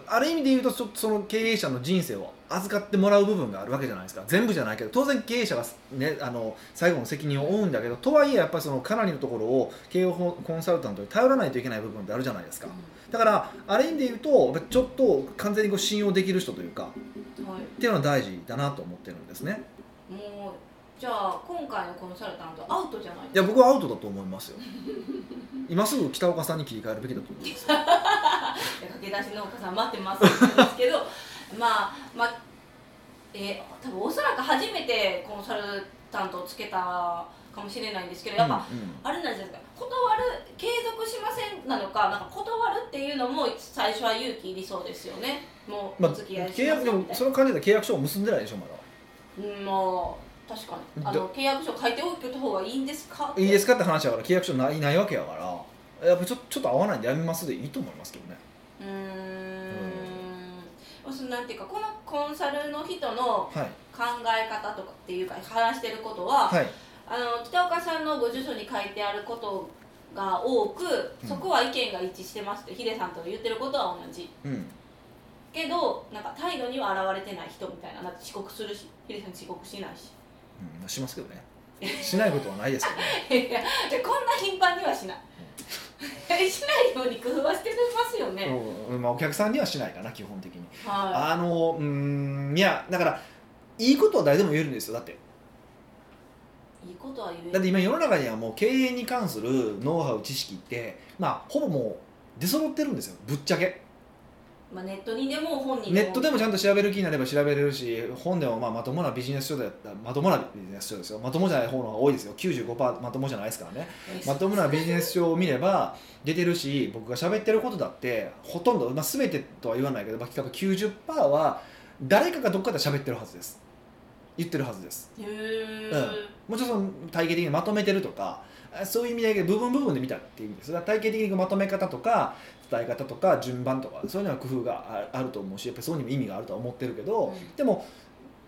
Speaker 1: ある意味で言うとそその経営者の人生を預かってもらう部分があるわけじゃないですか全部じゃないけど当然経営者が、ね、あの最後の責任を負うんだけどとはいえやっぱりそのかなりのところを経営コンサルタントに頼らないといけない部分ってあるじゃないですかだからある意味で言うとちょっと完全にこう信用できる人というか
Speaker 2: うんはい
Speaker 1: っていうのは大事だなと思ってるんですね
Speaker 2: もうじゃあ今回のコンサルタントアウトじゃない
Speaker 1: いや僕はアウトだと思います
Speaker 2: [laughs]
Speaker 1: よ今すぐ北岡さんに切り替えるべきだと思います
Speaker 2: いや駆け出し農家さん待ってます [laughs] って言ってますけどまあまあえー、多分おそらく初めてコンサルタントをつけたかもしれないんですけどやっぱ、
Speaker 1: うんうん
Speaker 2: あれなんじゃないですか断る継続しませんなのかなんか断るっていうのも最初は勇気いりそうですよねもう
Speaker 1: まあ、
Speaker 2: お付き合いし
Speaker 1: 契約
Speaker 2: ます
Speaker 1: で
Speaker 2: み
Speaker 1: も
Speaker 2: たい
Speaker 1: その感じで契約書を結んでないでしょまだ
Speaker 2: なうんもう確かにあの契約書書いておいた方がいいんですかって
Speaker 1: いいですかって話だから契約書ないないわけやからやっぱちょちょっと合わないんでやめますでいいと思いますけどね
Speaker 2: うーんそのなんていうかこのコンサルの人
Speaker 1: は
Speaker 2: の
Speaker 1: い
Speaker 2: 考え方とかっていうか話してることは、
Speaker 1: はい
Speaker 2: あの北岡さんのご住所に書いてあることが多くそこは意見が一致してますってヒデさんと言ってることは同じ
Speaker 1: うん
Speaker 2: けどなんか態度には現れてない人みたいなだって遅刻するしヒデさん遅刻しないし [laughs]
Speaker 1: うん、しますけどねしないことはないですけどね
Speaker 2: [laughs] いやでこんな頻繁にはしないしない [laughs] ように工夫はしてますよね、
Speaker 1: うんまあ、お客さんにはしないかな基本的に
Speaker 2: は
Speaker 1: あのうーんいやだからいいことは誰でも言えるんですよだって
Speaker 2: いいいことは言え
Speaker 1: だっ
Speaker 2: る
Speaker 1: て今世の中にはもう経営に関するノウハウ知識ってまあほぼもう出揃ってるんですよぶっちゃけ
Speaker 2: まあ、ネットにでも本人
Speaker 1: ネットでもちゃんと調べる気になれば調べれるし本でもまあまともなビジネス書だったまともなビジネス書ですよまともじゃない方の方が多いですよ95%まともじゃないですからねまともなビジネス書を見れば出てるし僕が喋ってることだってほとんど、まあ、全てとは言わないけど、まあ、多分90%は誰かがどっかで喋ってるはずです言ってるはずです
Speaker 2: へえ、
Speaker 1: もちろんその体系的にまとめてるとかあそういう意味だけど部分部分で見たっていう意味ですだから体系的にまとめ方とか伝え方とか順番とかそういうのは工夫がああると思うしやっぱりそうにも意味があるとは思ってるけど、
Speaker 2: うん
Speaker 1: でも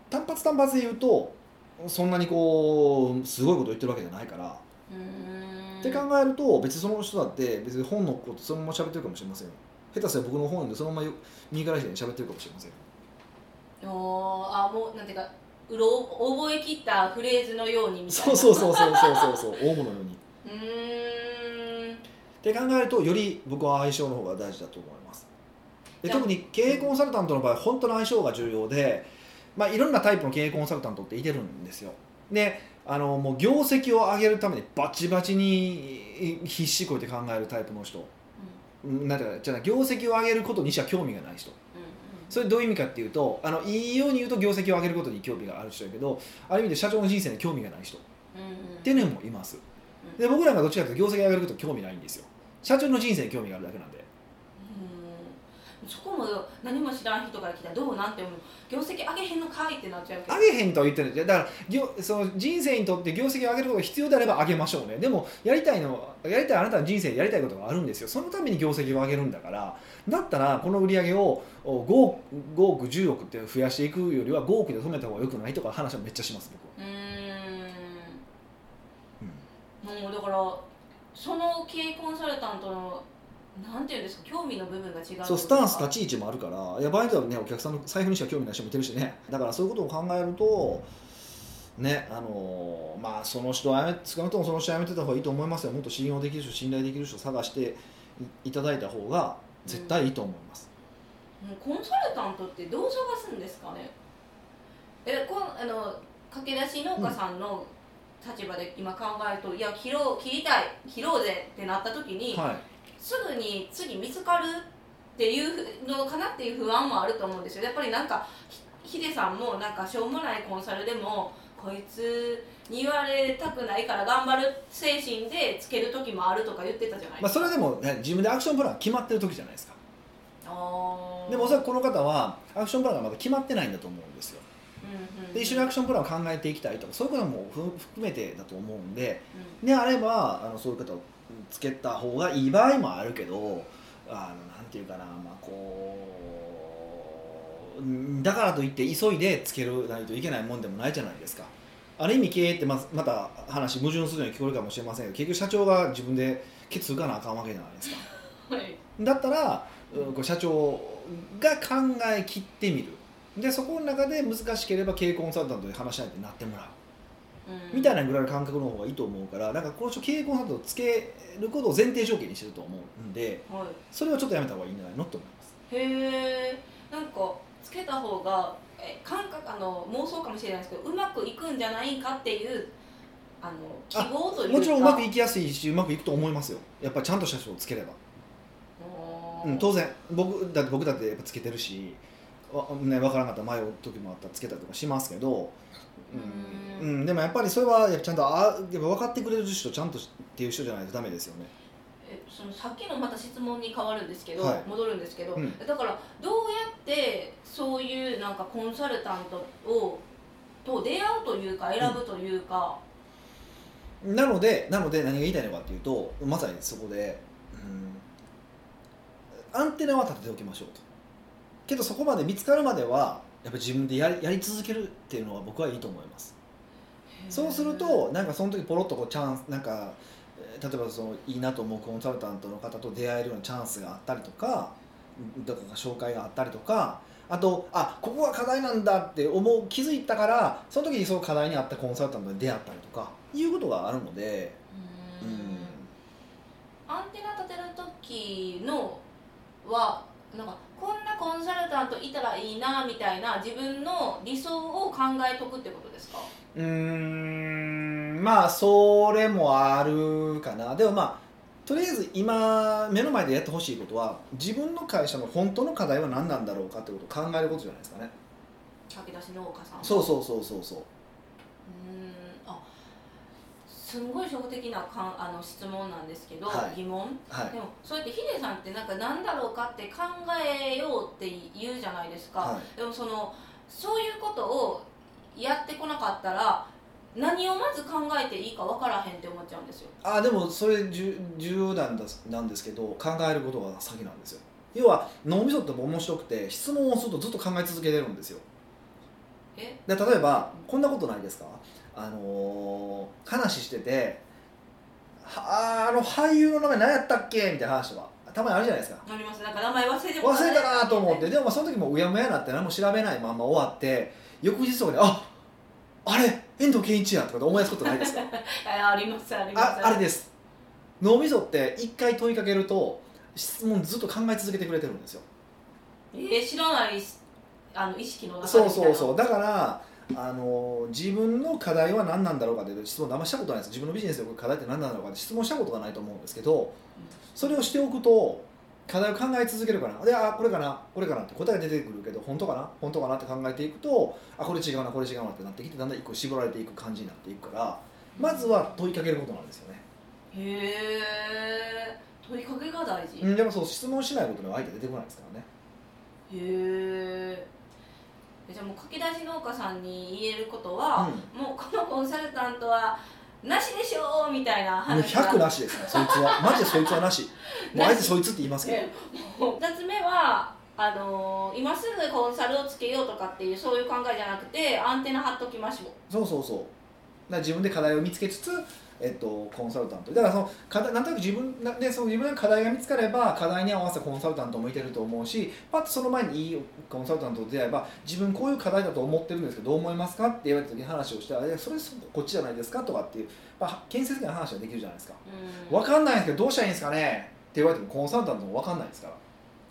Speaker 1: 単発単発で言うとそんなにこうすごいこと言ってるわけじゃないから、
Speaker 2: うーん
Speaker 1: って考えると別にその人だって別に本のことそのまま喋ってるかもしれませんよ下手すら僕の本でそのまま右から左に喋ってるかもしれませんよ
Speaker 2: おーあもうなんていうかうろ覚えきったフレーズのようにみたいな
Speaker 1: そうそうそ
Speaker 2: う
Speaker 1: うそうそうそうそう大物のように
Speaker 2: うーん
Speaker 1: って考えるとより僕は相性の方が大事だと思いますで
Speaker 2: じゃあ
Speaker 1: 特に経営コンサルタントの場合本当の相性が重要で、まあ、いろんなタイプの経営コンサルタントっていてるんですよであのもう業績を上げるためにバチバチに必死こいて考えるタイプの人うんなんていうかじゃあ業績を上げることにしか興味がない人それどういう意味かっていうとあのいいように言うと業績を上げることに興味がある人やけどある意味で社長の人生に興味がない人
Speaker 2: うんうんうん
Speaker 1: っていうのもいますで僕なんかどっちかというと業績上げること興味ないんですよ社長の人生に興味があるだけなんで
Speaker 2: うんそこも何も知らん人から来たらどうなんて思う業績上げへんのかいってなっちゃうけど
Speaker 1: 上げへんとは言ってるんですよだから業その人生にとって業績を上げることが必要であれば上げましょうねでもやりたいのやりたいあなたの人生でやりたいことがあるんですよそのために業績を上げるんだからだったらこの売り上げをお 5, 億5億10億って増やしていくよりは5億で止めた方がよくないとか話はめっちゃします僕は、
Speaker 2: うーん
Speaker 1: うん
Speaker 2: もうだからその経営コンサルタントのなんていうんですか興味の部分が違うといか
Speaker 1: そうスタンス立ち位置もあるからいや場合によってはねお客さんの財布にしか興味ない人もいてるしねだからそういうことを考えるとねあのーまあその人はやめ少なくともその人はやめてた方がいいと思いますよもっと信用できる人信頼できる人を探していいただいた方が絶対いいと思います、
Speaker 2: もうコンサルタントってどう探すんですかねえこんあの駆け出し農家さんの立場で今考えると、いや切ろう切りたい切ろうぜってなった時に、
Speaker 1: はい
Speaker 2: すぐに次見つかるっていうのかなっていう不安もあると思うんですよやっぱりなんかひヒデさんもなんかしょうもないコンサルでもこいつに言われたくないから頑張る精神でつける時もあるとか言ってたじゃない
Speaker 1: ま
Speaker 2: で
Speaker 1: あ、
Speaker 2: す
Speaker 1: そ
Speaker 2: か、
Speaker 1: れでも、ね、自分でアクションプラン決まってる時じゃないですか
Speaker 2: あー
Speaker 1: でもおそらくこの方はアクションプランがまだ決まってないんだと思うんですよ
Speaker 2: うんうん
Speaker 1: で一緒にアクションプランを考えていきたいとかそういうこともふ含めてだと思うんで
Speaker 2: うん
Speaker 1: であればあのそういう方をつけた方がいい場合もあるけどあのなんていうかなまあこううんだからといって急いでつけないといけないもんでもないじゃないですかある意味経営ってまずまた話矛盾するように聞こえるかもしれませんけど結局社長が自分でケツ打かなあかんわけじゃないですか
Speaker 2: はい
Speaker 1: だったら、うんこう社長が考え切ってみるでそこの中で難しければ経営コンサルタントに話し合いってなってもらうみたい
Speaker 2: な
Speaker 1: なぐらいの感覚の方がいいと思うからなんかこの人経営コンサルタントをつけることを前提条件にしてると思うんで
Speaker 2: は
Speaker 1: それはちょっとやめた方がいいんじゃないのと思います
Speaker 2: い、へえんかつけた方がえ感覚あの妄想かもしれないですけどうまくいくんじゃないかっていうあの希望というか
Speaker 1: もちろんうまくいきやすいしうまくいくと思いますよやっぱりちゃんと社長をつければ、
Speaker 2: おー
Speaker 1: うん、当然僕だって僕だってやっぱつけてるしわ、ね、分からなかったら迷う時もあったらつけたりとかしますけどうん、うん、でもやっぱりそれはやっぱちゃんとあやっぱ分かってくれる人ちゃんとっていう人じゃないとダメですよね
Speaker 2: えそのさっきのまた質問に変わるんですけど、
Speaker 1: はい
Speaker 2: 戻るんですけど、
Speaker 1: うん
Speaker 2: だからどうやってそういうなんかコンサルタントをと出会うというか選ぶというか、
Speaker 1: なのでなので何が言いたいのかっていうとまさにそこで、うん、アンテナは立てておきましょうとけどそこまで見つかるまではやっぱ自分でやりやり続けるっていうのは僕はいいと思いますそうするとなんかその時ポロッとこうチャンスなんかえー例えばそのいいなと思うコンサルタントの方と出会えるようなチャンスがあったりとかどこか紹介があったりとかあとあここが課題なんだって思う気づいたからその時にその課題に合ったコンサルタントに出会ったりとかいうことがあるので、
Speaker 2: うーんアンテナ立てる時のはなんかこんなコンサルタントいたらいいなみたいな自分の理想を考えとくってことですか
Speaker 1: うーんまあそれもあるかなでもまあとりあえず今目の前でやってほしいことは自分の会社の本当の課題は何なんだろうかってことを考えることじゃないですかね
Speaker 2: 駆け出し農家さん
Speaker 1: そうそうそうそうそう
Speaker 2: うーんあすんごい初歩的なかんあの質問なんですけど、
Speaker 1: はい
Speaker 2: 疑問
Speaker 1: はい
Speaker 2: でもそうやってヒデさんってなんか何だろうかって考えようって言うじゃないですか、
Speaker 1: は
Speaker 2: でもそのそういうことをやってこなかったら何をまず考えていいか分からへんって思っちゃうんですよ
Speaker 1: あでもそれ重重要なんだなんですけど考えることが先なんですよ要は脳みそって面白くて質問をするとずっと考え続けてるんですよ
Speaker 2: え
Speaker 1: で例えばこんなことないですかあのー話しててはあーあの俳優の名前何やったっけみたいな話はたまにあるじゃないですか
Speaker 2: なりますなんか名前忘れてもら
Speaker 1: 忘れ
Speaker 2: え
Speaker 1: たなと思って
Speaker 2: ね
Speaker 1: でもまあその時もうやむやなって何も調べないまま終わって翌日とかでああれ遠藤憲一やとかって思い出すことないですか
Speaker 2: [laughs] あありますあります
Speaker 1: ああれです脳みそって一回問いかけると質問ずっと考え続けてくれてるんですよ
Speaker 2: えー知らないしあの意識の中
Speaker 1: そうそうそううだからあの自分の課題は何なんだろうかって質問あんましたことないです自分のビジネスの課題って何なんだろうかって質問したことがないと思うんですけどそれをしておくと課題を考え続けるかなであこれかなこれかなって答えが出てくるけど本当かな本当かなって考えていくとあこれ違うなこれ違うなってなってきてだんだん一個絞られていく感じになっていくからまずは問いかけることなんですよね
Speaker 2: へえ問いかけが大事、
Speaker 1: うんでもそう質問しないことには相手出てこないですからね
Speaker 2: へえじゃあもう書き出し農家さんに言えることは、もうこのコンサルタントはなしでしょうみたいな
Speaker 1: もう
Speaker 2: 話
Speaker 1: 100
Speaker 2: が
Speaker 1: なしですねそいつはマジでそいつはなしもうあえてそいつって言いますけ [laughs] ど、
Speaker 2: えもう2つ目はあのー今すぐコンサルをつけようとかっていうそういう考えじゃなくてアンテナ張っときましょう
Speaker 1: そうそうそうだから自分で課題を見つけつつ、えっと、コンサルタントだからその課題なんとなく自分なでその自分の課題が見つかれば課題に合わせたコンサルタントもいてると思うしパッとその前にいいコンサルタントと出会えば自分こういう課題だと思ってるんですけどどう思いますかって言われた時に話をしたらいやそれそこっちじゃないですかとかっていう、まあ、建設的な話ができるじゃないですか
Speaker 2: うん
Speaker 1: 分かんないんですけどどうしたらいいんですかねって言われてもコンサルタントも分かんないですから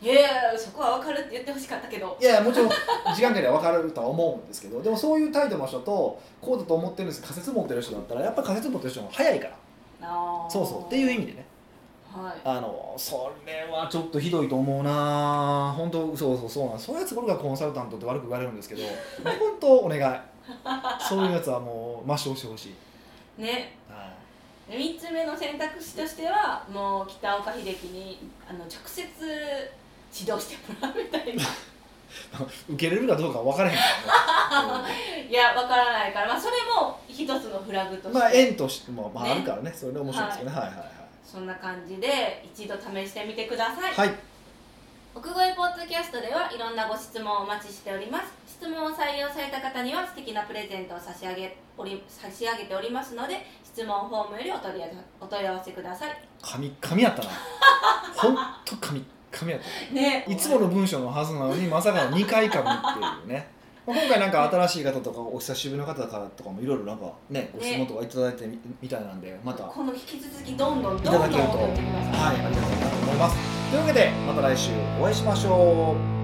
Speaker 2: へえそこは分かるって言ってほしかったけど
Speaker 1: いやいやもちろん時間かければ分かるとは思うんですけどでもそういう態度の人とこうだと思ってるんですけど仮説持ってる人だったらやっぱ仮説持ってる人の方が早いから
Speaker 2: あー
Speaker 1: そうそうっていう意味でね
Speaker 2: はい
Speaker 1: あのそれはちょっとひどいと思うな本当そうそうそうなんそういうやつこれがコンサルタントって悪く言われるんですけど [laughs] 本当お願いそういうやつはもう抹消してほしい、
Speaker 2: ね
Speaker 1: は
Speaker 2: 3つ目の選択肢としてはもう北岡秀樹にあの直接指導してもらうみたいな
Speaker 1: い、受けれるかどうかは分からへんからね、 [laughs]
Speaker 2: いやわからないから、まあ、それも一つのフラグと
Speaker 1: う
Speaker 2: し
Speaker 1: ん
Speaker 2: て、
Speaker 1: まあ縁としても、まあ、
Speaker 2: ね
Speaker 1: あるからねそれで面白いですよね、はい、はいはい
Speaker 2: そんな感じで一度試してみてください、
Speaker 1: はい
Speaker 2: 奥越ポッドキャストではいろんなご質問をお待ちしております質問を採用された方には素敵なプレゼントを差し上げおり差し上げておりますので質問フォームよりお問い合わせお問い合わせください
Speaker 1: 神神やったな [laughs] ほんと神神やった
Speaker 2: ね
Speaker 1: いつもの文章のはずなのにまさかの2回かぶっていうね [laughs] まあ今回なんか新しい方とかお久しぶりの方からとかもいろいろなんかねご質問とかいただいてみ,、たいなんでまたはい
Speaker 2: この引き続きどんどん
Speaker 1: い
Speaker 2: ど
Speaker 1: た
Speaker 2: んどん
Speaker 1: だけると
Speaker 2: 送ってください
Speaker 1: ありがたいなと思いますというわけでまた来週お会いしましょう